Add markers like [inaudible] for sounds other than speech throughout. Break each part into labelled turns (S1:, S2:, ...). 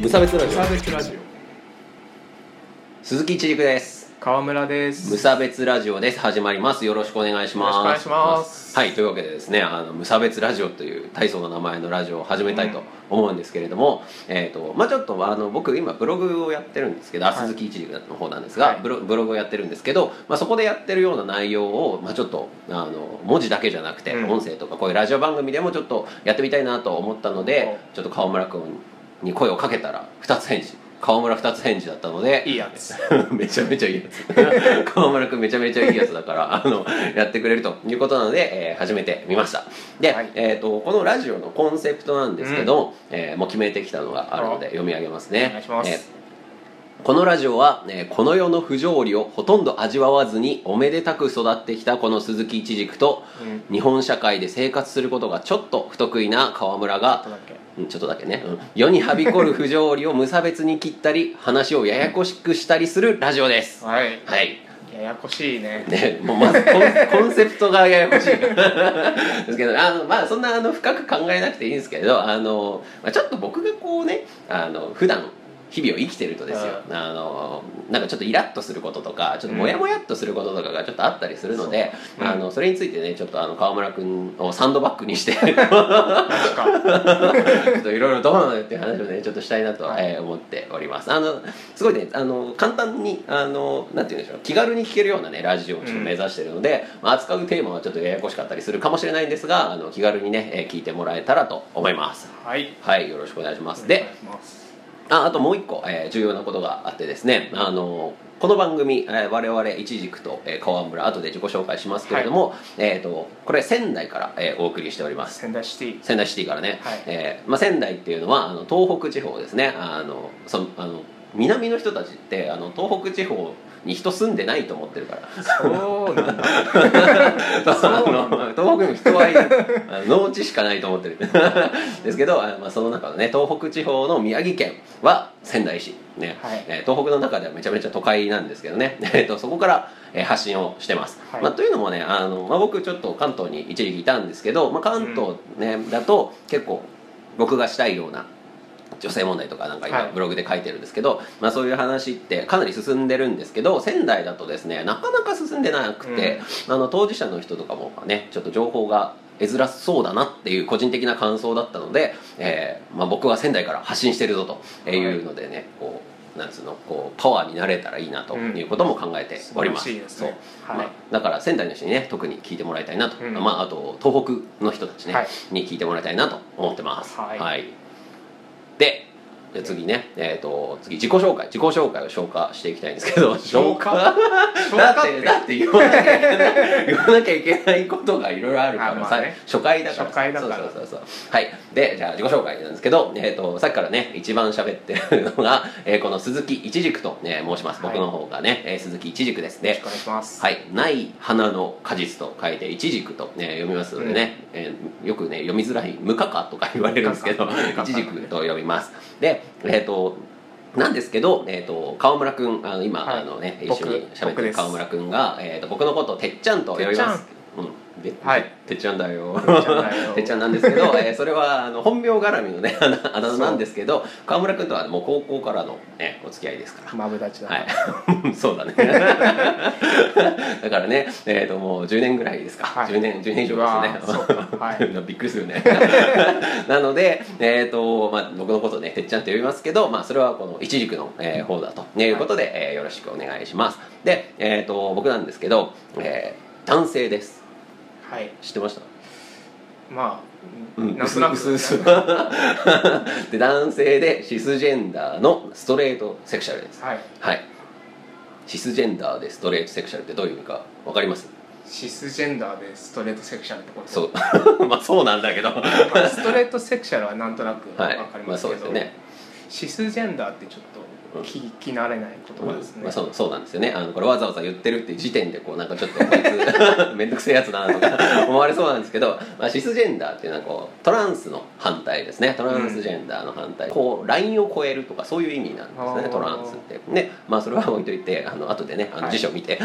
S1: 無差別ラジオ
S2: 無差別ラジ
S1: 鈴木一軸です
S2: オ川村です
S1: 無差別ラジオです始まりますよろしくお願いします
S2: よろしくお願いします
S1: はいというわけでですねあの無差別ラジオという大層な名前のラジオを始めたいと思うんですけれども、えっ、とまあちょっとあの僕今ブログをやってるんですけど、あ
S2: はい
S1: 鈴木一軸の方なんですが、
S2: はい
S1: ブロブログをやってるんですけど、まあ、そこでやってるような内容を、まあ、ちょっとあの文字だけじゃなくて、
S2: うん
S1: 音声とかこういうラジオ番組でもちょっとやってみたいなと思ったのでちょっと川村君に声をかけたら2つ返事川村2つ返事だったので
S2: いいやつ
S1: [laughs] めちゃめちゃいいやつ [laughs] 川村君めちゃめちゃいいやつだからあのやってくれるということなので、えー始めてみましたで、
S2: はい
S1: えー、とこのラジオのコンセプトなんですけど、えーもう決めてきたのがあるので読み上げますね
S2: お願いします
S1: えーこのラジオは、えーこの世の不条理をほとんど味わわずにおめでたく育ってきたこの鈴木一軸と
S2: うん
S1: 日本社会で生活することがちょっと不得意な川村が
S2: あとだっけ
S1: うんちょっとだけね、うん世にはびこる不条理を無差別に切ったり話をややこしくしたりするラジオです
S2: はい
S1: はい
S2: ややこしいね
S1: ね、もうまずコンコンセプトがややこしいですけどあの、まあ、そんなあの深く考えなくていいんですけれどあの、まあ、ちょっと僕がこうねあの普段日々を生きてるとですよ、あのなんかちょっとイラッとすることとかちょっとモヤモヤっとすることとかがちょっとあったりするので、
S2: そううん
S1: あのそれについてねちょっとあの川村君をサンドバッグにして
S2: 確か
S1: ちょっといろいろどうなのよっていう話をねちょっとしたいなと、
S2: はい
S1: えー思っておりますあのすごいねあの簡単にあのなんて言うんでしょう気軽に聞けるようなねラジオをちょっと目指してるので、まあ、扱うテーマはちょっとややこしかったりするかもしれないんですがあの気軽にね、えー聞いてもらえたらと思います
S2: はい
S1: はいよろしくお願いします
S2: お
S1: で
S2: 願いします
S1: ああともう一個、えー重要なことがあってですねあのこの番組、えー我々いちじくと、えー川村後で自己紹介しますけれども、えー、とこれ仙台から、えーお送りしております
S2: 仙台シティ
S1: 仙台シティからね、
S2: はい
S1: えーまあ、仙台っていうのはあの東北地方ですねあのそあの南の人たちってあの東北地方に人住んでないと思ってるから
S2: そうなんだ
S1: あの東北にも人はいるあの農地しかないと思ってる [laughs] ですけどあの、まあ、その中のね東北地方の宮城県は仙台市、ね
S2: はい
S1: えー東北の中ではめちゃめちゃ都会なんですけどね、 [laughs] えーとそこから、えー発信をしてます、
S2: はい
S1: まあ、というのもねあの、まあ、僕ちょっと関東に一時期いたんですけど、まあ、関東、ねだと結構僕がしたいような女性問題とかなんか今
S2: はい
S1: ブログで書いてるんですけど、まあ、そういう話ってかなり進んでるんですけど仙台だとですねなかなか進んでなくて、あの当事者の人とかもねちょっと情報が得づらそうだなっていう個人的な感想だったので、えーまあ、僕は仙台から発信してるぞというのでね、こうなんつうのこうパワーになれたらいいなということも考えております。
S2: 素晴らしいですね
S1: そう
S2: はい
S1: まあだから仙台の人にね特に聞いてもらいたいなと、
S2: うん
S1: まあ、あと東北の人たちね、
S2: はい
S1: に聞いてもらいたいなと思ってます。
S2: はい
S1: でじゃあ次ね、えー、と次自己紹介自己紹介を消化していきたいんですけど
S2: 消化
S1: [laughs]
S2: 消
S1: だ
S2: 化
S1: っ
S2: ってて
S1: だって言わなきゃいけない [laughs] 言わなきゃいけないことがいろいろあるから
S2: あま
S1: さ、
S2: あね
S1: 初回だから
S2: 初回だから
S1: そうそうそうそうはいでじゃあ自己紹介なんですけど、えー、とさっきからね一番喋ってるのが、えーこの鈴木一軸と、ね、申します僕の方がね、えー鈴木一軸です
S2: よろし
S1: ね
S2: くお願いします
S1: はい、ない花の果実と書いて「いちじく」と、ね、読みますのでね、えーよくね読みづらい「無価か」とか言われるんです [laughs] けど
S2: 無価
S1: 「
S2: か
S1: いちじく」と読みますでえっ、となんですけど、えー、と川村君あの今、
S2: はい
S1: あのね、一
S2: 僕
S1: 緒に喋って
S2: 僕
S1: る
S2: です
S1: 川村君が、えー、と僕のことをてっちゃんと呼びますうん、で
S2: はい
S1: てっちゃんだよ
S2: てっちゃんだよ
S1: てっちゃんなんです
S2: [laughs]
S1: けど、えーそれはあの本名絡みのねあだあだ名なんですけど川村君とはもう高校からの、ね、お付き合いですから
S2: マブダチだ
S1: はい、 [laughs] そう
S2: [laughs]
S1: だねだからね、えー、ともう10年ぐらいですか、
S2: はい
S1: 10年10年以上
S2: うわ
S1: で
S2: ー
S1: す
S2: そう
S1: ね
S2: かはい
S1: [laughs] びっくりするねなので、えーとまあ、僕のことねてっちゃんって呼びますけど、まあ、それはこの一軸の、えー方だと、ね、いうことで、えーよろしくお願いしますで、えー、と僕なんですけど、えー男性です
S2: はい
S1: 知ってました
S2: まあ
S1: うん
S2: なんとなく
S1: 薄々 [laughs] で男性でシスジェンダーのストレートセクシャルです
S2: はい
S1: はいシスジェンダーでストレートセクシャルってどういう意味か分かります
S2: シスジェンダーでストレートセクシャルってこと
S1: そうまあそう [laughs] なんだけどは
S2: まあストレートセクシャルはなんとなく
S1: い
S2: わかり
S1: ま
S2: ま
S1: あ
S2: す
S1: そう
S2: け
S1: です
S2: ど
S1: よね
S2: シスジェンダーってちょっと
S1: うん
S2: 聞き慣れない言葉ですね、
S1: まあ、そうそうなんですよねあのこれわざわざ言ってるっていう時点でこうなんかちょっとこいつ [laughs] めんどくせえやつだなとか思われそうなんですけど、まあ、シスジェンダーっていうのはこうトランスの反対ですねトランスジェンダーの反対、こうラインを超えるとかそういう意味なんです
S2: あ
S1: ね
S2: ー
S1: トランスってねまあそれは置いといてあの後でねあの
S2: はい
S1: 辞書見て、 [laughs]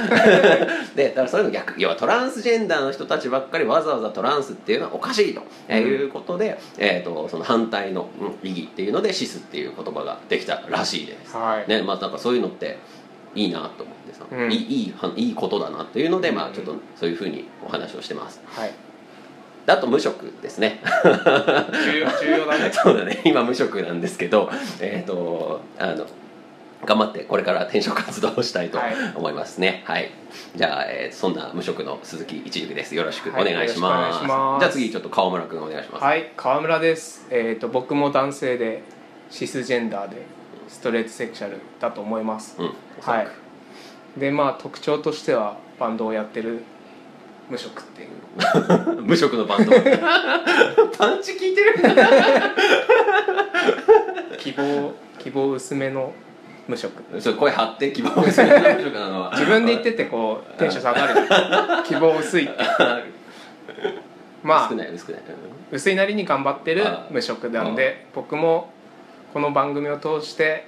S1: でだからそういうの逆要はトランスジェンダーの人たちばっかりわざわざトランスっていうのはおかしいと、えー
S2: うん
S1: いうことで、えー、とその反対の、うん、意義っていうのでシスっていう言葉ができたらしいです
S2: はい、
S1: ねまあ、なんかそういうのっていいなと思ってさ、
S2: うん
S1: いいいいはいいことだなっていうので、まあ、
S2: うん
S1: ちょっとそういうふうにお話をしてます
S2: はい、
S1: であと無職ですね [laughs]
S2: 重要重要だね
S1: そうだね今無職なんですけどえっ、とあの頑張ってこれから転職活動をしたいと
S2: はい
S1: 思いますねはい、じゃあ、えーそんな無職の鈴木一塾ですよろしくお
S2: はい
S1: 願いします,、
S2: よろしくお願いします
S1: じゃあ次ちょっと川村君お願いします、
S2: はい川村ですえっ、と僕も男性でシスジェンダーでストレートセクシャルだと思います、
S1: うんおそ
S2: は
S1: ら
S2: い
S1: く
S2: でまあ特徴としてはバンドをやってる無職ってい
S1: [laughs]
S2: う
S1: 無職の
S2: [laughs]
S1: バンドパンチ効いてる
S2: 希望希望薄めの無職
S1: それ声張って希
S2: [laughs]
S1: 望ですね無職なのは
S2: 自
S1: [laughs]
S2: 分で言っててこうテンション下がる希望薄いってま
S1: 薄く
S2: あ
S1: ない薄くない、う
S2: 薄いなりに頑張ってる
S1: あ
S2: 無職なんで僕もこの番組を通して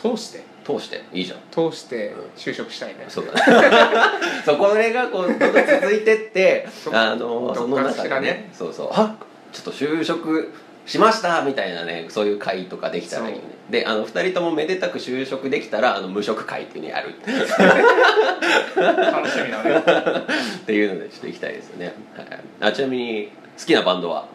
S2: 通して
S1: ん通していいじゃん
S2: 通して就職したいね
S1: そうだね [laughs] そこれがこうずっと続いてって
S2: ど
S1: あのそ
S2: ど
S1: の
S2: っか
S1: 中
S2: し
S1: で
S2: らね
S1: ねそうそうあちょっと就職しましたみたいなねそういう会とかできたらいいよねであの2人ともめでたく就職できたらあの無職会っていうのやる [laughs]
S2: 楽しみだね [laughs]
S1: っていうのでちょっと行きたいですよね、はい、あちなみに好きなバンドは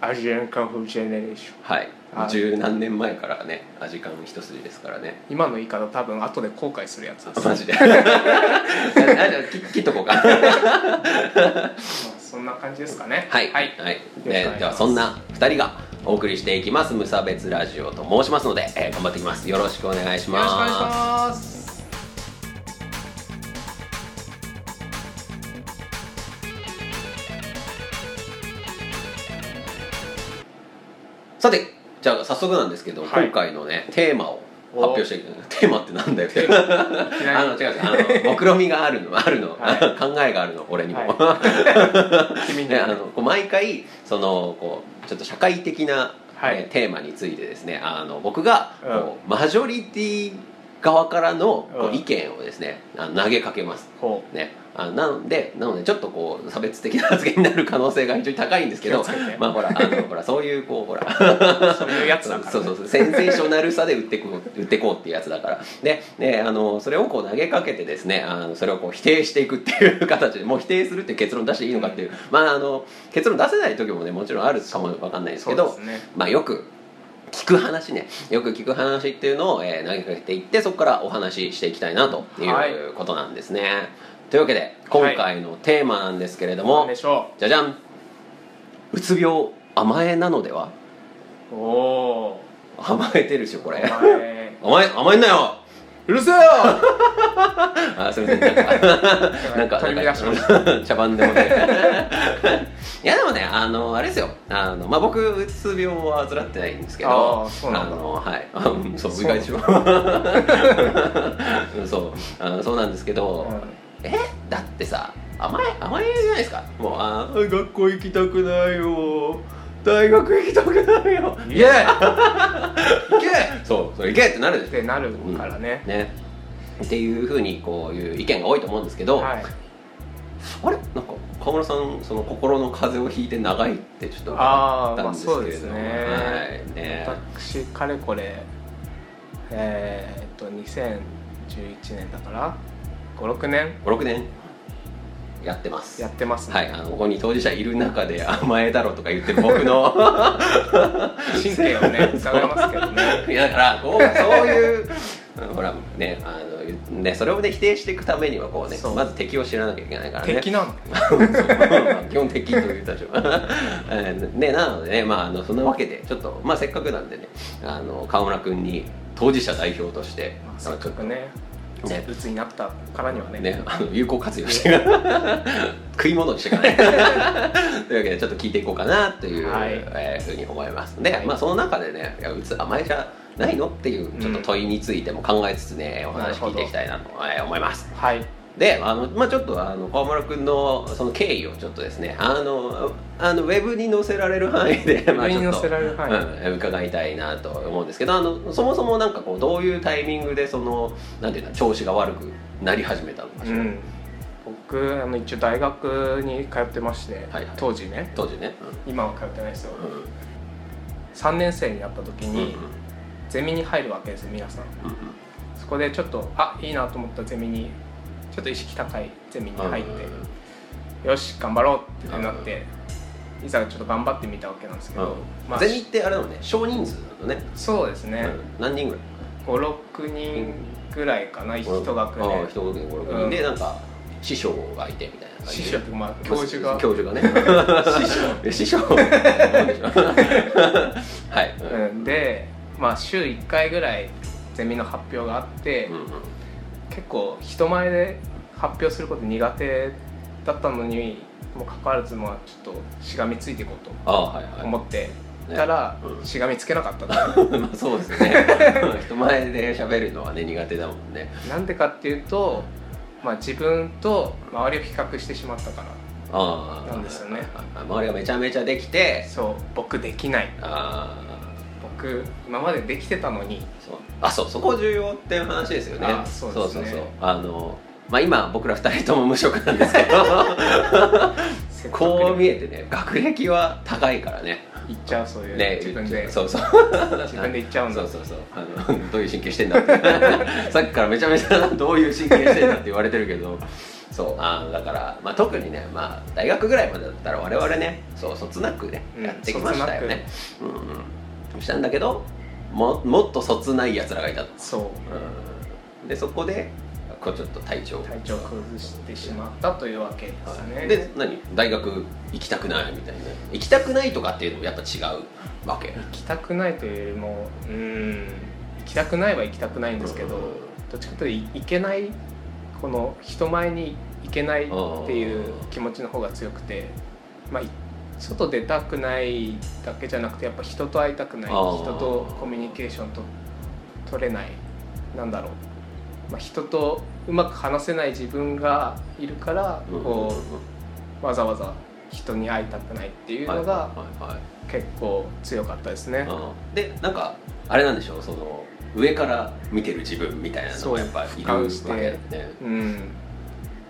S2: アジアンカンフージェネレーション
S1: はい
S2: はい
S1: 十何年前からねアジカン一筋ですからね
S2: 今の言い方多分後で後悔するやつです、ま
S1: マジで [laughs] あじゃあ切 [laughs] 切っとこうか
S2: あ、そんな感じですかね
S1: はい、
S2: はい、
S1: えー
S2: よろしくお願いします
S1: ではそんな2人がお送りしていきます「無差別ラジオ」と申しますので、えー頑張っていきますよろしくお願いし
S2: よろ
S1: ま
S2: し
S1: す
S2: くお願いします
S1: さてじゃあ早速なんですけど、
S2: はい
S1: 今回のねテーマを発表していくテーマってなんだよ
S2: いきな
S1: あ
S2: り
S1: の違う違うあ
S2: [laughs]
S1: の目論みがあるのあるの、
S2: はい
S1: 考えがあるの俺にも、
S2: 君に
S1: [laughs] ね、あのこう毎回そのこうちょっと社会的な、
S2: はい
S1: ねテーマについてですねあの僕が
S2: うん
S1: こう、マジョリティ側からのこ
S2: う
S1: うん意見をですねあの投げかけます。
S2: ほう
S1: ね、あなのでなのでちょっとこう差別的な発言になる可能性が非常に高いんですけ
S2: 気を
S1: ど
S2: つけて
S1: まあほらあ
S2: [laughs]
S1: のほらそういうこうほら
S2: そういうやつだから、ね、
S1: そうそうそうセンセーショナルさで売ってこう売ってこうっていうやつだからでであのそれをこう投げかけてですねあのそれをこう否定していくっていう形でもう否定するっていう結論出していいのかっていう、まああの結論出せない時もねもちろんあるかもわかんないですけど
S2: そうですね
S1: まあよく聞く話ねよく聞く話っていうのを、えー投げかけていってそこからお話ししていきたいなとい
S2: はいう
S1: ことなんですね、というわけで今回のテーマなんですけれども、
S2: なんでしょ
S1: じゃじゃんうつ病甘えなのでは
S2: うおお
S1: 甘えてるでしょこれ
S2: お前
S1: 甘え甘えんなよ
S2: うるせえよ
S1: あすいませんなん
S2: [laughs]
S1: かなんか
S2: 取り
S1: な
S2: 乱
S1: ん
S2: しまし
S1: か茶番でもねいやでもねあのあれですよあの、まあ、僕うつ病は患ってないんですけど
S2: あーそう
S1: あ
S2: なんだ
S1: のはい [laughs] うんそう意
S2: そう
S1: 外でしょうん [laughs] そうあのそうなんですけど、えだってさ甘え甘えじゃないですかもうあー学校行きたくないよ大学行きたくないよ
S2: いけい
S1: [laughs] そうそれ行けってなるでしょ
S2: けってなるからね、
S1: ねっていうふうにこういう意見が多いと思うんですけど、
S2: はい
S1: あれなんか河村さんその心の風邪をひいて長いってちょっと
S2: あ
S1: っ
S2: あ
S1: た
S2: ま
S1: ん
S2: あ
S1: です
S2: そう
S1: け
S2: で
S1: れ
S2: す
S1: ども、
S2: ね
S1: はいね
S2: 私かれこれえー、っと2011年だから56年
S1: 56年やってます
S2: やってますね、
S1: はい、あのここに当事者いる中で甘えだろとか言ってる僕の [laughs]
S2: 神経をね疑いますけどね
S1: いやだからこうそういうほらねあのねそれをね否定していくためにはこうね
S2: そう
S1: まず敵を知らなきゃいけないからね
S2: 敵なの
S1: [laughs] 基本的という立場 [laughs] えーねなのでねまああのそんなわけでちょっとまあせっかくなんでねあの川村君に当事者代表として
S2: まあ
S1: ちょ
S2: せっ
S1: っと
S2: かくね
S1: ね
S2: うつになったからにはね
S1: ね [laughs] あの有効活用して
S2: [laughs]
S1: 食い物にしていかないというわけでちょっと聞いていこうかなという、
S2: はい
S1: えーふうに思いますので、
S2: はい
S1: まあその中でねいやうつ甘えちゃないのっていうちょっと問いについても考えつつね、お話聞いていきたいなとえー思います
S2: はい
S1: であの、まあ、ちょっとあの川村君のその経緯をちょっとですねあのあのウェブに載せられる範囲で、まあ、
S2: 上
S1: ち
S2: に
S1: ょ
S2: 載
S1: っと
S2: せられる範囲、
S1: うん、伺いたいなと思うんですけどあのそもそもなんかこうどういうタイミングでそのなんていうの調子が悪くなり始めたのかし
S2: う
S1: ら、
S2: ん、僕あの一応大学に通ってまして、
S1: はいはい
S2: 当時ね
S1: 当時ね、
S2: 今は通ってないですよ
S1: うんうん
S2: 3年生になった時
S1: うんうん
S2: にゼミに入るわけですよ皆さ
S1: う
S2: ん
S1: ん
S2: そこでちょっとあいいなと思ったゼミにちょっと意識高いゼミに
S1: うん
S2: 入って、
S1: うん
S2: よし頑張ろうってなって、いざちょっと頑張ってみたわけなんですけど、
S1: うん
S2: まあ
S1: ゼミってあれだもんね少人数なのね
S2: そうですね、
S1: うん何人ぐらい
S2: 56人ぐらいかな一学
S1: ああ
S2: 年
S1: 一学年56人でなんか師匠がいてみたいな感じ
S2: 師
S1: で
S2: 匠ってまあ教授が
S1: 教授が
S2: [laughs]
S1: ね師匠 [laughs] はい、うん
S2: うん、で、まあ、週1回ぐらいゼミの発表があって、
S1: うんうん
S2: 結構人前で発表すること苦手だったのにもかかわらずまあちょっとしがみついていこうと
S1: ああはいはい
S2: 思って
S1: ね
S2: たら、
S1: うん
S2: しがみつけなかったな
S1: [laughs] まあ [laughs] そうですね人前で喋るのはね苦手だもんね
S2: なんでかっていうと、まあ、自分と周りを比較してしまったから
S1: ああ
S2: なんですよね
S1: 周りがめちゃめちゃできて
S2: そう僕できない
S1: あ
S2: 僕今までできてたのに
S1: あそうあそうそこ重要っていう話ですよね
S2: あそうで
S1: そ
S2: すね
S1: うそうそうあのまあ今僕ら二人とも無職なんですけ
S2: [laughs]
S1: ど
S2: 説得
S1: こう見
S2: 力
S1: えてね学歴は高いからね
S2: いっちゃうそういう、
S1: ね
S2: 自分で
S1: そうそう
S2: 自分でいっちゃうん
S1: そ
S2: だ
S1: うそうそうあの [laughs] どういう神経してんだって [laughs] さっきからめちゃめちゃどういう神経してんだって言われてるけどそうあーだから、まあ、特にね、まあ、大学ぐらいまでだったら我々ねそうそつなくね、
S2: うん
S1: やってきましたよねうんうんしたんだけどももっとそつないやつらがいたと、
S2: そう
S1: うん、でそこでこうちょっと体調
S2: 体調を崩してしまったというわけですね、
S1: はいで何大学行きたくないみたいな行きたくないとかっていうのもやっぱ違うわけ
S2: 行きたくないというよりもうーん行きたくないは行きたくないんですけど、どっちかというとい行けないこの人前に行けないっていう気持ちの方が強くて、まあ、い外出たくないだけじゃなくてやっぱ人と会いたくない
S1: あー
S2: 人とコミュニケーションと取れないなんだろう、まあ、人とうまく話せない自分がいるから
S1: うん
S2: こうわざわざ人に会いたくないっていうの
S1: は
S2: が
S1: いはいはい
S2: 結構強かったですね。
S1: うんでなんかあれなんでしょうその上から見てる自分みたいなの
S2: そ
S1: が
S2: う
S1: やっぱいる
S2: 俯
S1: わ
S2: 瞰
S1: け
S2: して
S1: だよね
S2: うん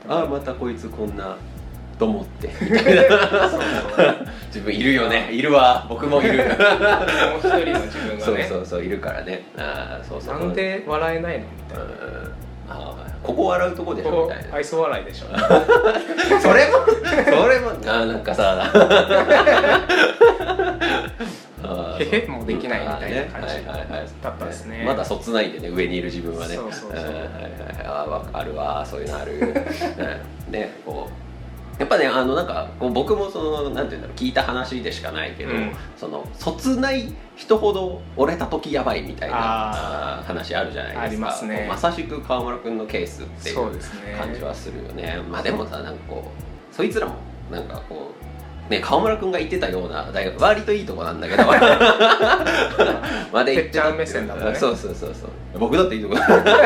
S1: ああまたこいつこんなと思って [laughs] みたいな
S2: そうそう
S1: 自分いるよねいるわ僕もいる
S2: [laughs] もう一人の自分が
S1: そう
S2: ね
S1: そうそういるからねああそうそう
S2: なんで笑えないのみ
S1: う
S2: たい
S1: ん
S2: な、
S1: あーここ笑うとこでしょ
S2: こ
S1: み
S2: こ
S1: たいな
S2: 愛想笑いでしょ
S1: それもそれもあーなんか
S2: [laughs]
S1: さあー
S2: へへもうできないみたいな感じ
S1: あーねはいはいはい
S2: だったですね
S1: まだそつないでね上にいる自分はね
S2: そうそうそうん
S1: はいはいあーわかあるわそういうのあるうんねこうやっぱねあのなんかこう僕もそのなんていうんだろう聞いた話でしかないけど、
S2: うん
S1: そのそつない人ほど折れた時やばいみたいな
S2: あ
S1: 話あるじゃないですか
S2: ありますね
S1: こうまさしく川村君のケースっていう
S2: そうですね
S1: 感じはするよねまあでもさなんかこうそいつらもなんかこうね川村君が言ってたような大学割といいとこなんだけど [laughs] まで
S2: てっちゃん目線だもんね
S1: そうそうそうそう僕だっていいとこ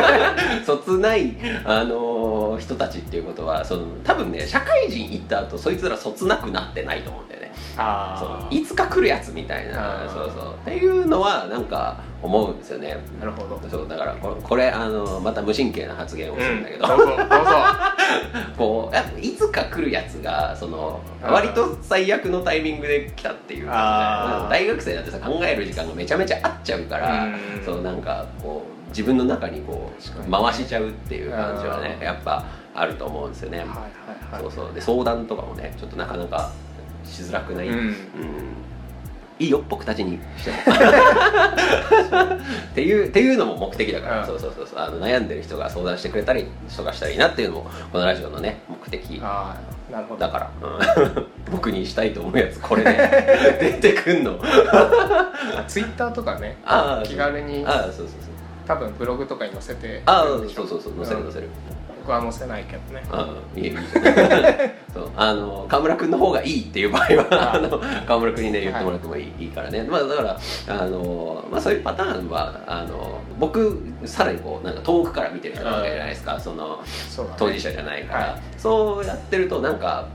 S1: [laughs] そつない、あのー人たちっていうことはその多分ね社会人行った後そいつらそつなくなってないと思うんだよね
S2: あ
S1: そ
S2: あ
S1: ういつか来るやつみたいな
S2: あー
S1: そうそうっていうのはなんか思うんですよね
S2: なるほど
S1: そうだからこれこれあのまた無神経な発言をするんだけど、
S2: うん、どうぞどうぞ
S1: こうやっぱいつか来るやつがその
S2: あー
S1: 割と最悪のタイミングで来たっていう
S2: あー
S1: 大学生だってさ考える時間がめちゃめちゃ合っちゃうから、
S2: うん
S1: そうなんかこう自分の中にこ
S2: 確か
S1: う
S2: に
S1: 回しちゃうっていう感じはね
S2: あー
S1: やっぱあると思うんですよね、
S2: はいはいはい
S1: そうそうで相談とかもねちょっとなかなかしづらくない、
S2: うん
S1: うんいいよ僕たち
S2: [laughs]
S1: にしてもっていうっていうのも目的だから、
S2: うん
S1: そうそうそうそうあの悩んでる人が相談してくれたり人がしたらいいなっていうのもこのラジオのね目的
S2: ああなるほど
S1: だから、うん [laughs] 僕にしたいと思うやつこれ
S2: [laughs]
S1: ね出てくんの
S2: ツイッターとかね
S1: ああ
S2: 気軽に
S1: ああそうそうそう
S2: 多分ブログとかに載せて
S1: ああそうそうそう載せる載せる、
S2: 僕は載せないけどね
S1: あいいえいいじゃないそうあの河村君の方がいいっていう場合は
S2: あ
S1: あの河村君にね言ってもらってもいい,、い、いからね、まあ、だからあの、まあ、そういうパターンはあの僕さらにこうなんか遠くから見てる人なわけじゃないですかその
S2: そうだね
S1: 当事者じゃないから、
S2: は
S1: そうやってるとなんか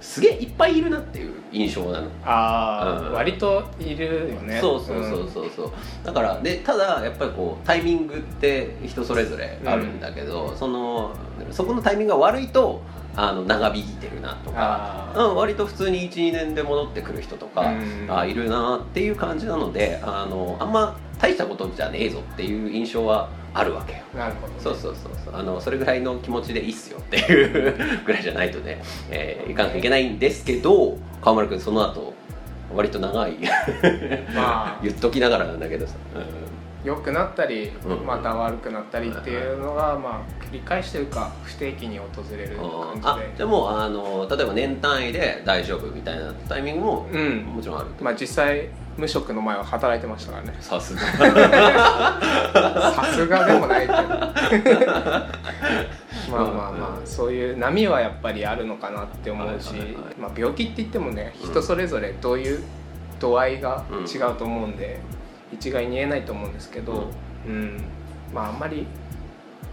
S1: すげえいっぱいいるなっていう印象なの
S2: ああ、
S1: うん
S2: 割といるよね
S1: そうそうそうそうそう、だからでただやっぱりこうタイミングって人それぞれあるんだけど、そのそこのタイミングが悪いとあの長引いてるなとか
S2: あ、
S1: う
S2: ー
S1: ん、割と普通に12年で戻ってくる人とか、
S2: うん
S1: あいるなっていう感じなのであのあんま大したことじゃねえぞっていう印象はあるわけよ
S2: うんなるほどね、
S1: そうそうそうそうあのそれぐらいの気持ちでいいっすよっていうぐらいじゃないとね、えーいかなきゃいけないんですけど川村君その後割と長い [laughs]
S2: ま
S1: 言っときながらなんだけどさ、
S2: あ良くなったり、
S1: うん
S2: また悪くなったりっていうのが、まあ、繰り返してるか不定期に訪れる
S1: うん
S2: 感
S1: あ
S2: じ
S1: じ
S2: で
S1: ゃあもうあの例えば年単位で大丈夫みたいなタイミングも
S2: うん
S1: もちろんあると
S2: まあ実際無職の前は働いてましたからね
S1: さすが
S2: さすがでもないけどま
S1: [laughs]
S2: あまあま
S1: うん
S2: あそういう波はやっぱりあるのかなって思うし
S1: はいはいはい、
S2: まあ、病気って言ってもね
S1: うん
S2: 人それぞれどういう度合いが違うと思うんで、一概に言えないと思うんですけど、うんまああんまり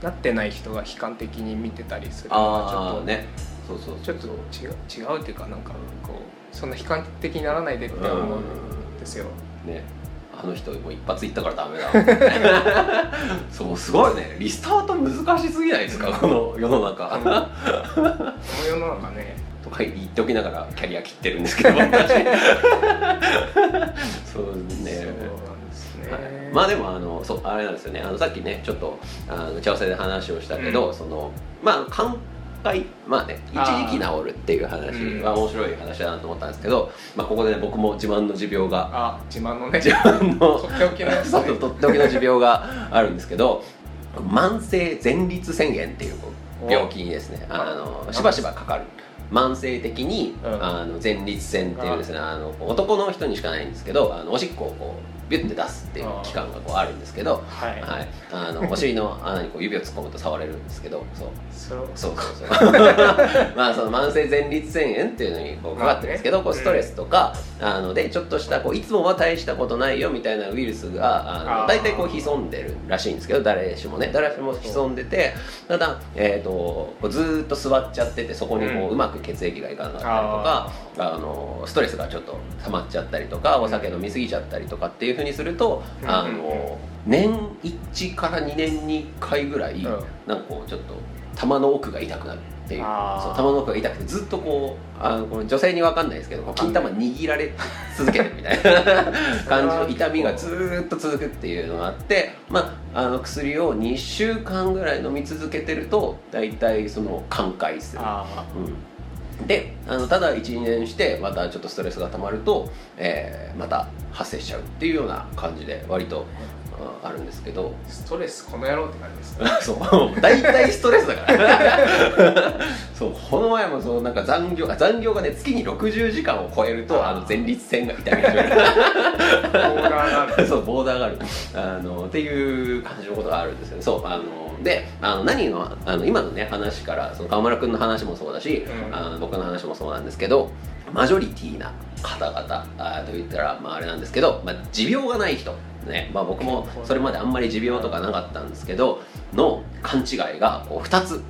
S2: なってない人が悲観的に見てたりするのはちょ
S1: あ
S2: っ
S1: あ
S2: と
S1: ねそうそう
S2: ちょっと違う違うっていうかなんかこうそんな悲観的にならないでって思うんですよ。
S1: ねあの人もう一発いったからダメ
S2: [laughs]
S1: だそうすごいねリスタート難しすぎないですかこの世の中、
S2: うんこの世の中ね
S1: とか言っておきながらキャリア切ってるんですけど
S2: [laughs]
S1: 私そうね
S2: そうなんですね、
S1: はいまあでもあのそうあれなんですよねあのさっきねちょっとあの打ち合わせで話をしたけど、
S2: うん
S1: そのまあ寛解まあね一
S2: あー
S1: 時期治るっていう話
S2: うん
S1: は面白い話だなと思ったんですけど、まあ、ここでね僕も自慢の持病
S2: [laughs]
S1: が
S2: あ自慢のね
S1: 自慢の
S2: とっておきのやつ
S1: [laughs] そ
S2: ね
S1: うそうと
S2: [laughs]
S1: っておきの持病があるんですけど慢性前立腺炎っていう
S2: お
S1: 病気にですねあのしばしばかかる慢性的に、
S2: うん
S1: あの前立腺っていうですねあの男の人にしかないんですけどあのおしっこをこうビュッて出すっていう期間がこうあるんですけど、
S2: はい、
S1: はい、あのお尻の穴にこう指を突っ込むと触れるんですけどそう
S2: それを
S1: そうそ
S2: [laughs]
S1: うそうまあその慢性前立腺炎っていうのにこうかかってるんですけど、こうストレスとか、あのでちょっとしたこういつもは大したことないよみたいなウイルスがあの
S2: あー
S1: 大体こう潜んでるらしいんですけど誰しもね誰しも潜んでてただ、えー、とこうずーっと座っちゃっててそこにこう,、う
S2: うん
S1: まく血液がいかなかったりとかあのストレスがちょっと溜まっちゃったりとかお酒飲み過ぎちゃったりとかっていうふうにすると、
S2: うん
S1: あの年1から2年に1回ぐらい、
S2: うん
S1: なんかこうちょっと玉の奥が痛くなるっていう
S2: あー
S1: そう玉の奥が痛くてずっとこうあのこの女性に分かんないですけどこう金玉握られ続けてるみた
S2: [laughs]
S1: いな感じの痛みがずーっと続くっていうのがあって、まあ、あの薬を2週間ぐらい飲み続けてると大体その寛解する。
S2: あ
S1: うんであのただ12年してまたちょっとストレスがたまると、えーまた発生しちゃうっていうような感じで割とああるんですけど [laughs]
S2: ーストレスこの野郎って感じですね
S1: そう大体ストレスだから [laughs] そうこの前もそうなんか残業あ残業がね月に60時間を超えるとあの前立腺が痛み始め
S2: オーガーがある
S1: る [laughs] そうボーダーがあるあのっていう感じのことがあるんですよねそうあのであの何のあの今のね話からその河村君の話もそうだし、
S2: うん
S1: あの僕の話もそうなんですけどマジョリティな方々あーと言ったら、まあ、あれなんですけど、まあ、持病がない人、ねまあ、僕もそれまであんまり持病とかなかったんですけどの勘違いがこう2つ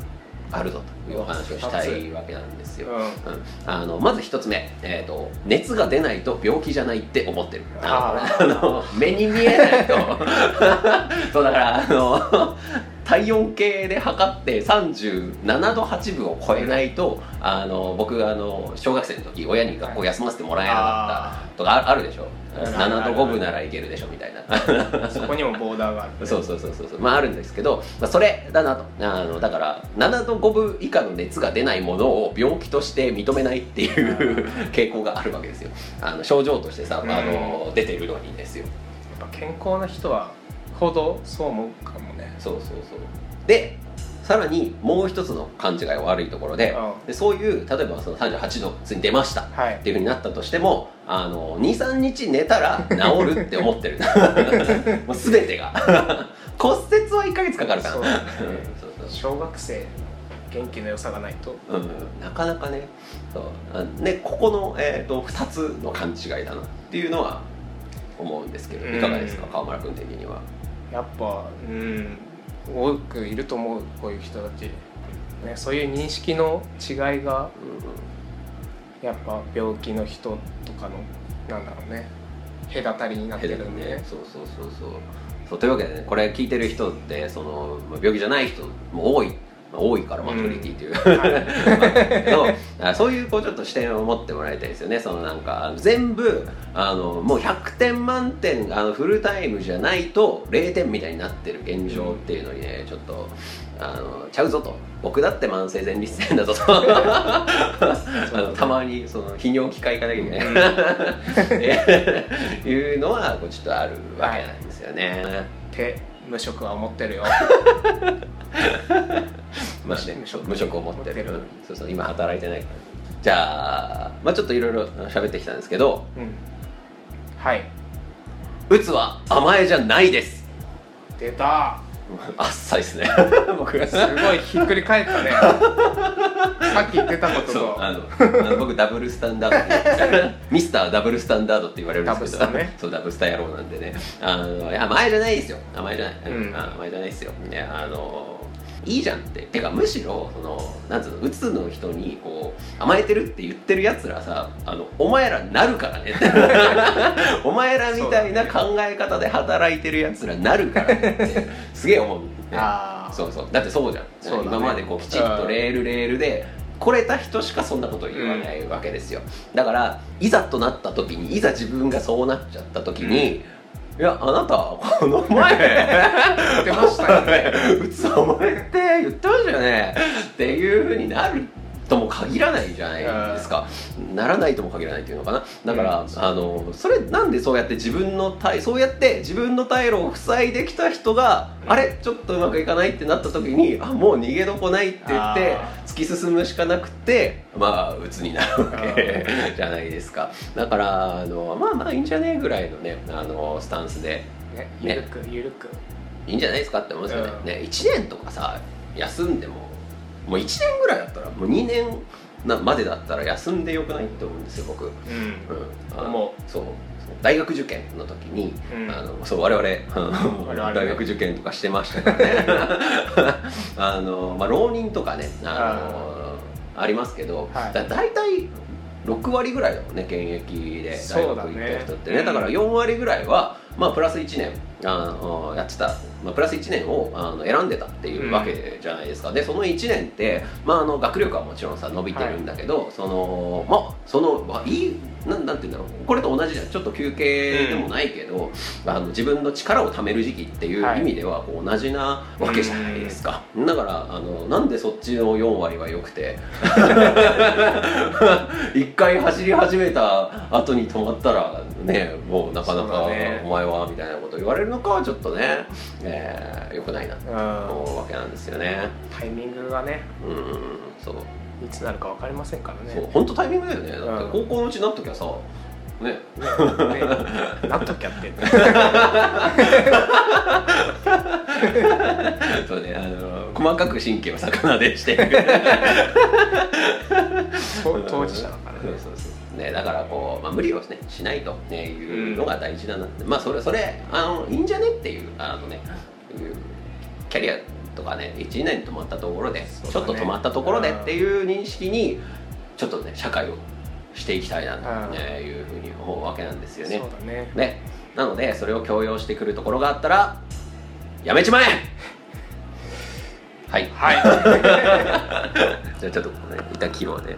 S1: あるぞというお話をしたいわけなんですよ。
S2: うん
S1: うんあのまず1つ目、えーと、熱が出ないと病気じゃないって思ってるあ
S2: あ
S1: のあの [laughs] 目に見えないと [laughs] そうだからあの体温計で測って37度8分を超えないとあの僕があの小学生の時親に学校休ませてもらえなかったとかああるでしょ
S2: あるあるある
S1: 7度5分ならいけるでしょみたいな
S2: そこにもボーダーがある
S1: そうそうそうそうそうまああるんですけど、まあ、それだなとあのだから7度5分以下の熱が出ないものを病気として認めないっていう傾向があるわけですよあの症状としてさ、あの出てるのにですよ
S2: やっぱ健康な人はほどそう思うかもね
S1: そうそうそうでさらにもう一つの勘違い悪いところで
S2: うん
S1: でそういう例えばその38度に出ましたっ
S2: はい
S1: ていうふうになったとしてもあの23日寝たら治るって思って
S2: [laughs]
S1: るもう [laughs] 全てが骨折は1ヶ月かかるから [laughs]
S2: そうだね
S1: うんそうそう
S2: 小学生元気の良さがないと
S1: うん、なかなかねそうあねここの、えー、と2つの勘違いだなっていうのは思うんですけどいかがですか、
S2: うん
S1: 川村君的には。
S2: やっぱうん多くいると思うこういう人たち、ね、そういう認識の違いがやっぱ病気の人とかのなんだろうね隔たりになって
S1: ヘ
S2: るんで、
S1: ねそうそうそうそうそうというわけでねこれ聞いてる人ってそのまあ病気じゃない人も多い、まあ多いからマジョリティという、そうそういうこうちょっと視点を持ってもらいたいですよねそのなんか全部あのもう100点満点あのフルタイムじゃないと0点みたいになってる現状っていうのにねちょっとあのちゃうぞと僕だって慢性前立腺だぞとあのたまにその泌尿器科行かなきゃいけない、って [laughs] いうのはこうちょっとあるわけなんですよね、
S2: って無職は思ってるよ
S1: [laughs] まあね
S2: 無職
S1: 無職を持ってる
S2: 持ってる
S1: そうそう今働いてないからじゃあ、まあ、ちょっといろいろ喋ってきたんですけど
S2: うんはい
S1: 「つは甘えじゃないです」 [laughs]
S2: 出た
S1: あっさいですね [laughs] 僕が
S2: すごいひっくり
S1: [laughs]
S2: 返ったねさっき言ってたこと
S1: そう
S2: と
S1: あの [laughs] あの僕ダブルスタンダー
S2: [laughs]
S1: ドってミスターダブルスタンダードって言われるんですけど
S2: ダブスタね
S1: そうダブスタ野郎なんでねあのいや前じゃないですよあ前じゃない、
S2: うん
S1: あ前じゃないですよねあのいいじゃんっててかむしろそのなんつうのうつの人にこう甘えてるって言ってるやつらさあのお前らなる
S2: [laughs]
S1: からねお前らみたいな考え方で働いてるやつらなるからねってすげえ思う、ね、
S2: [laughs] ああ
S1: そうそうだってそうじゃん
S2: そうだね
S1: 今までこうきちっとレールレールで来れた人しかそんなこと言わないわけですよ、だからいざとなった時にいざ自分がそうなっちゃった時に、いやあなたこの前
S2: 言ってましたよね
S1: [laughs] うつお前って言ってましたよねっていうふうになるとも限らないじゃないですか、ならないとも限らないっていうのかなだから、
S2: うん
S1: あのそれなんでそうやって自分の退そうやって自分の退路を塞いできた人が、
S2: うん
S1: あれちょっとうまくいかないってなった時にあもう逃げどこないって言って
S2: あ
S1: 突き進むしかなくてまあ鬱になるわけ [laughs]
S2: あ
S1: じゃないですかだからあのまあまあいいんじゃねえぐらいのねあのスタンスで
S2: ねゆるくゆるく
S1: いいんじゃないですかって思うんですよね,、
S2: うん
S1: ね1年とかさ休んでももう1年ぐらいだったらもう2年なまでだったら休んでよくないって思うんですよ僕、うん、
S2: うん
S1: あの
S2: 思
S1: そうそう大学受験の時に、
S2: うん
S1: あのそう我々
S2: 我々
S1: [laughs]
S2: ね
S1: 大学受験とかしてました
S2: [laughs]
S1: からねあの、まあ、浪人とかねあのありますけど、
S2: はい
S1: だ大体6割ぐらいだもんね現役で大
S2: そう
S1: 学行
S2: だ
S1: っ
S2: ね
S1: た人ってねだから4割ぐらいは、まあ、プラス1年あのやってた、まあ、プラス1年をあの選んでたっていうわけじゃないですか、でその1年って、まあ、あの学力はもちろんさ伸びてるんだけど、そのまあその、まあ、いいなんなんて言うんだろうこれと同じじゃんちょっと休憩でもないけど、あの自分の力を貯める時期っていう意味ではこう同じなわけじゃないですか、だからあのなんでそっちの4割は良く
S2: [laughs]
S1: て一回走り始めた後に止まったらねもうなかな
S2: そ
S1: か
S2: うだね
S1: お前はみたいなこと言われるのかはちょっとね、えー、良くないな
S2: う、う
S1: と
S2: ん、
S1: 思うわけなんですよね
S2: タイミングがね
S1: うんそう
S2: いつなるか分かりませんから
S1: そう
S2: ね
S1: 本当タイミングだよねだって高校のうちになっときゃさね
S2: ねなっとき
S1: [laughs]
S2: ゃって
S1: そうね、あの細かく神経を魚でして
S2: と [laughs] 当事者だから
S1: そう
S2: ね
S1: そうそうねだからこう、まあ、無理を、ね、しないと、ね、いうのが大事だなって、まあそれそれあのいいんじゃねっていうあのねいうキャリアとかね1年止まったところで、
S2: そう
S1: ち
S2: だ
S1: ょっ
S2: ね
S1: と止まったところでっていう認識にちょっとね社会をしていきたいな
S2: うん
S1: と、ね、いうふうに思うわけなんですよね
S2: そうだね
S1: ねなのでそれを強要してくるところがあったらやめちまえはい
S2: はい
S1: じゃあちょっとここね一旦切ろうね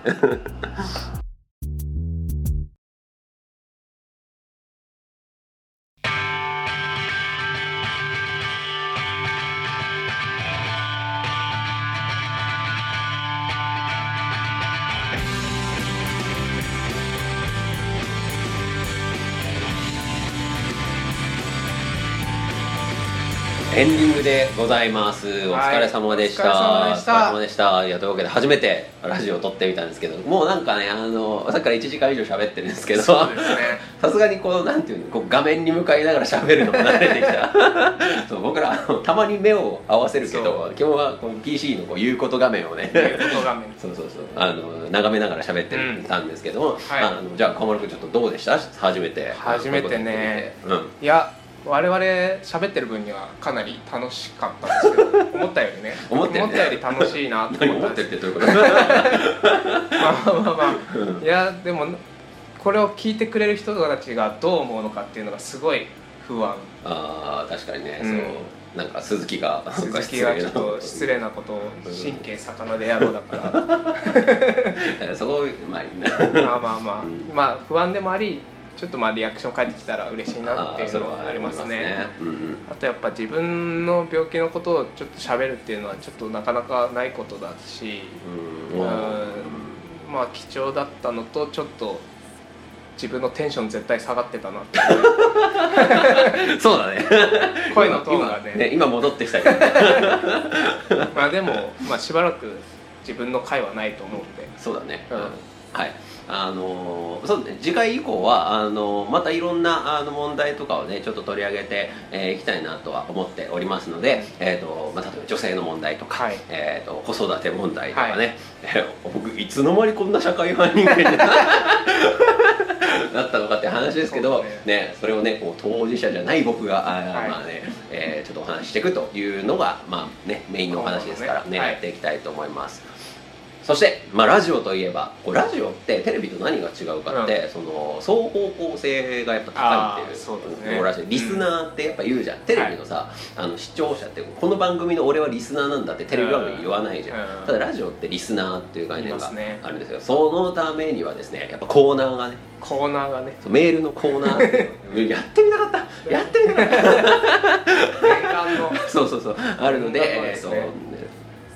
S1: エンディングでございますお疲れ様でした、
S2: はいお疲れ様で
S1: お
S2: した
S1: 疲れ様でしたいやというわけで初めてラジオを撮ってみたんですけどもうなんかねあのさっきから1時間以上喋ってるんですけど
S2: そうですね
S1: さすがにこうなんていうのこう画面に向かいながら喋るのも慣れてき
S2: [laughs]
S1: たそう僕らあのたまに目を合わせるけ
S2: そ
S1: ど今日はこの PC のこう言うこと画面をね
S2: この画面
S1: そうそうそうあの眺めながら喋って
S2: うん
S1: たんですけども、
S2: はい
S1: あのじゃあ小丸君ちょっとどうでした初めて
S2: 初めてね
S1: こういうことやってみて
S2: いや我々喋ってる分にはかなり楽しかったんですけど思ったよりね
S1: [laughs] 思ったよりね
S2: り楽しいな
S1: う
S2: と
S1: ん、何
S2: 思
S1: 思
S2: っ
S1: ったて
S2: ん
S1: るってどう
S2: です
S1: いうこと
S2: [laughs] まあまあまあ
S1: うん
S2: いやでもこれを聞いてくれる人たちがどう思うのかっていうのがすごい不安
S1: あー確かにね、
S2: うん
S1: そうなんか鈴木が
S2: 鈴木がちょっと失礼なことを神経魚でやろうだからま
S1: 礼 [laughs] そこまあいいな
S2: あまあまあ
S1: うん
S2: まあ不安でもありちょっとまあリアクション返ってきたら嬉しいなっていうのはありま
S1: あ
S2: すね
S1: ーそれはありますねうんうん
S2: あとやっぱ自分の病気のことをちょっと喋るっていうのはちょっとなかなかないことだし
S1: うん
S2: うんまあ貴重だったのとちょっと自分のテンション絶対下がってたな
S1: [laughs]
S2: って
S1: そうだね
S2: 声のトーンがね
S1: 今今戻ってきたけど、
S2: まあでも、まあ、しばらく自分の回はないと思うんで
S1: そうだね、
S2: うん
S1: はいあのーそうね次回以降はあのーまたいろんなあの問題とかをねちょっと取り上げて、えーいきたいなとは思っておりますので、えーとまあ、例えば女性の問題とか、
S2: はい
S1: えー、と子育て問題とかね、
S2: は
S1: えー僕いつの間にこんな社会派人間になったのかって話ですけ
S2: そ
S1: ど
S2: [laughs] うだね
S1: ねそれをねこう当事者じゃない僕があー、
S2: はい
S1: まあねえーちょっとお話ししていくというのが、まあね、メインのお話ですからね
S2: はい
S1: やっていきたいと思います。そして、まあ、ラジオといえばこうラジオってテレビと何が違うかって、その双方向性がやっぱ高いってい
S2: あー
S1: う
S2: そうだね
S1: こらしいリスナーってやっぱ言うじゃん、テレビのさ、あの視聴者ってこの番組の俺はリスナーなんだってテレビ番組言わないじゃん、
S2: うん
S1: ただラジオってリスナーっていう概念
S2: 言いま
S1: が
S2: すね
S1: あるんですよそのためにはですねやっぱコーナーがね
S2: コーナー
S1: [laughs]
S2: がね
S1: そうメールのコーナー [laughs] やってみたかったやってみたかった
S2: [laughs] 念願の
S1: そうそうそうあるので,、
S2: なるほど
S1: え
S2: で
S1: ー
S2: す
S1: と
S2: ね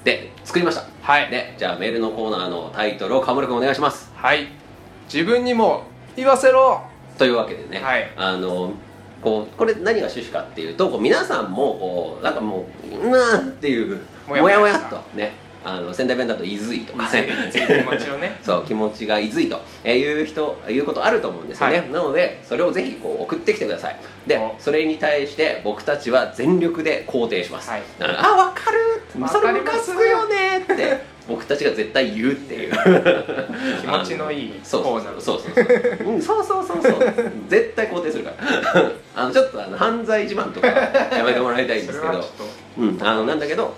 S1: で作りました
S2: はい、
S1: でじゃあメールのコーナーのタイトルをカモル君お願いします
S2: はい、自分にも言わせろ
S1: というわけでね、
S2: はい
S1: あのこうこれ何が趣旨かっていうとこう皆さんもこうなんかもううなーっていうも
S2: もや
S1: や
S2: も
S1: も
S2: や
S1: や
S2: した
S1: とねあの仙台弁だと「いずい」とかね
S2: つい気持ちをね
S1: [laughs] そう気持ちがいずいとえーいう人いうことあると思うんですよね、
S2: はい
S1: なのでそれをぜひこう送ってきてくださいで
S2: お
S1: それに対して僕たちは全力で肯定します、
S2: はい
S1: なのであわかる
S2: わ
S1: そ
S2: か
S1: れ
S2: り
S1: ム
S2: ま
S1: カ
S2: す
S1: つくよねって僕たちが絶対言うっていう
S2: 気持ちのいい
S1: そう
S2: コーナー
S1: そうそうそう、うん、そうそうそうそう絶対肯定す [laughs] るからあのちょっとあの犯罪自慢とかやめてもらいたいんですけ
S2: それは
S1: ど
S2: ちょっと
S1: うん、あのなんだけど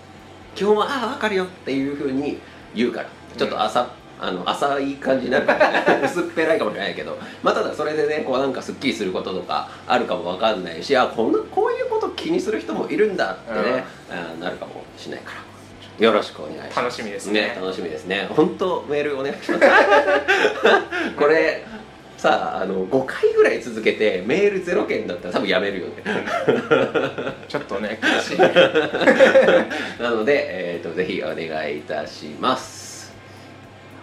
S1: 基本は「ああ分かるよ」っていうふうに言うからちょっと浅,、あの浅い感じになるかも [laughs] しれない薄っぺらいかもしれないけど、まあ、ただそれでねこうなんかすっきりすることとかあるかも分かんないしあこんなこういうこと気にする人もいるんだってね、あなるかもしれないからよろしくお願いします。
S2: 楽しみですね
S1: 楽しみですね本当メールお願いします
S2: [laughs]
S1: これさああの5回ぐらい続けてメールゼロ件だったら多分やめるよね
S2: ちょっとね苦しいは
S1: なので、えー、とぜひお願いいたします。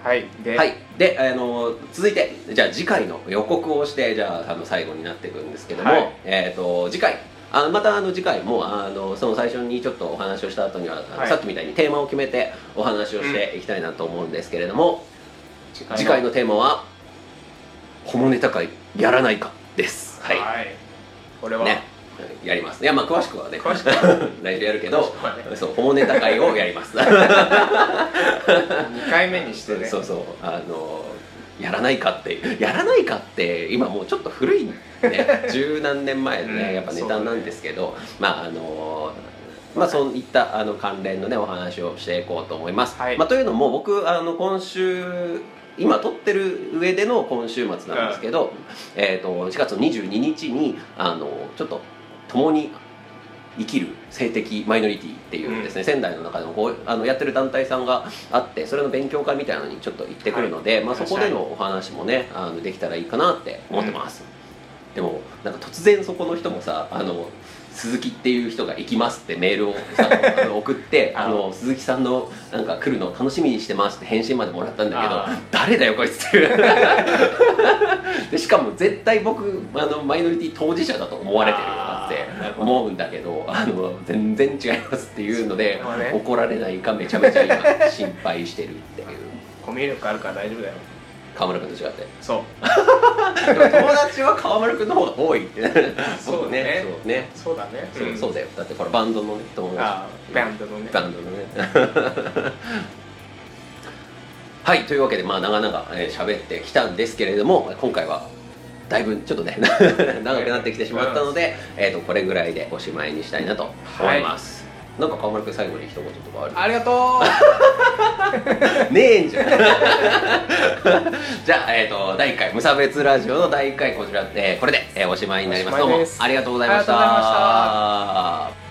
S2: いで、
S1: はい、で、あの続いてじゃあ次回の予告をしてじゃああの最後になっていくんですけども、
S2: はい
S1: えー、と次回あまたあの次回もあのその最初にちょっとお話をした後には、あの
S2: はい
S1: さっきみたいにテーマを決めてお話をしていきたいなと思うんですけれども、
S2: 次
S1: 次回のテーマは「ホモネタ会やらないか」です。
S2: は、
S1: はいい
S2: これは、
S1: ね、やりますいやまあ詳しくはね
S2: 詳しく
S1: [laughs] 来週やるけ
S2: 詳
S1: ど
S2: しくはね
S1: そうホモネタ会をやります。
S2: 2回目にしてね
S1: そうそうあのやらないかってやらないかって今もうちょっと古
S2: [laughs]
S1: いね十何年前の
S2: うん
S1: ねやっぱネタなんですけど、まああのまあそういったあの関連のねお話をしていこうと思います、
S2: はい
S1: まあ、というのも僕あの今週今撮ってる上での今週末なんですけど、えー、と4月22日にあのちょっと共に生きる性的マイノリティっていうですね、仙台の中でもこうあのやってる団体さんがあってそれの勉強会みたいなのにちょっと行ってくるので、
S2: はい
S1: まあ、そこでのお話もねあのできたらいいかなって思ってます、でもなんか突然そこの人もさあの鈴木っていう人が行きますってメールをさ
S2: [laughs]
S1: あの送ってあの鈴木さんのなんか来るの楽しみにしてますって返信までもらったんだけど
S2: あー
S1: 誰だよこいつって
S2: [laughs]
S1: いうでしかも絶対僕あのマイノリティ当事者だと思われてるよなって
S2: あーなるほど
S1: 思うんだけど [laughs] あの全然違いますっていうので
S2: それはね
S1: 怒られないかめちゃめちゃ今心配してるっていう
S2: コミュ力あるから大丈夫だよ
S1: 川村君と違って
S2: そう
S1: でも友達は川村君の方が多いってね
S2: そうだね
S1: そうね
S2: そうだね
S1: そう,、
S2: ん
S1: そうだよだってこれバンドのね友達
S2: あーバンドのね
S1: バンドのね [laughs] はいというわけでまあ長々えー喋ってきたんですけれども今回はだいぶちょっとね [laughs] 長くなってきてしまったので、えー、とこれぐらいでおしまいにしたいなと思います、なんか川村君最後に一言とかある
S2: ありがと
S1: ねえんじゃん [laughs] じゃあ、えー、と第1回無差別ラジオの第1回こちら、えーこれで、えーおしまいになります
S2: おしまい
S1: どうも
S2: です
S1: ありがとうございました
S2: ありがとうございま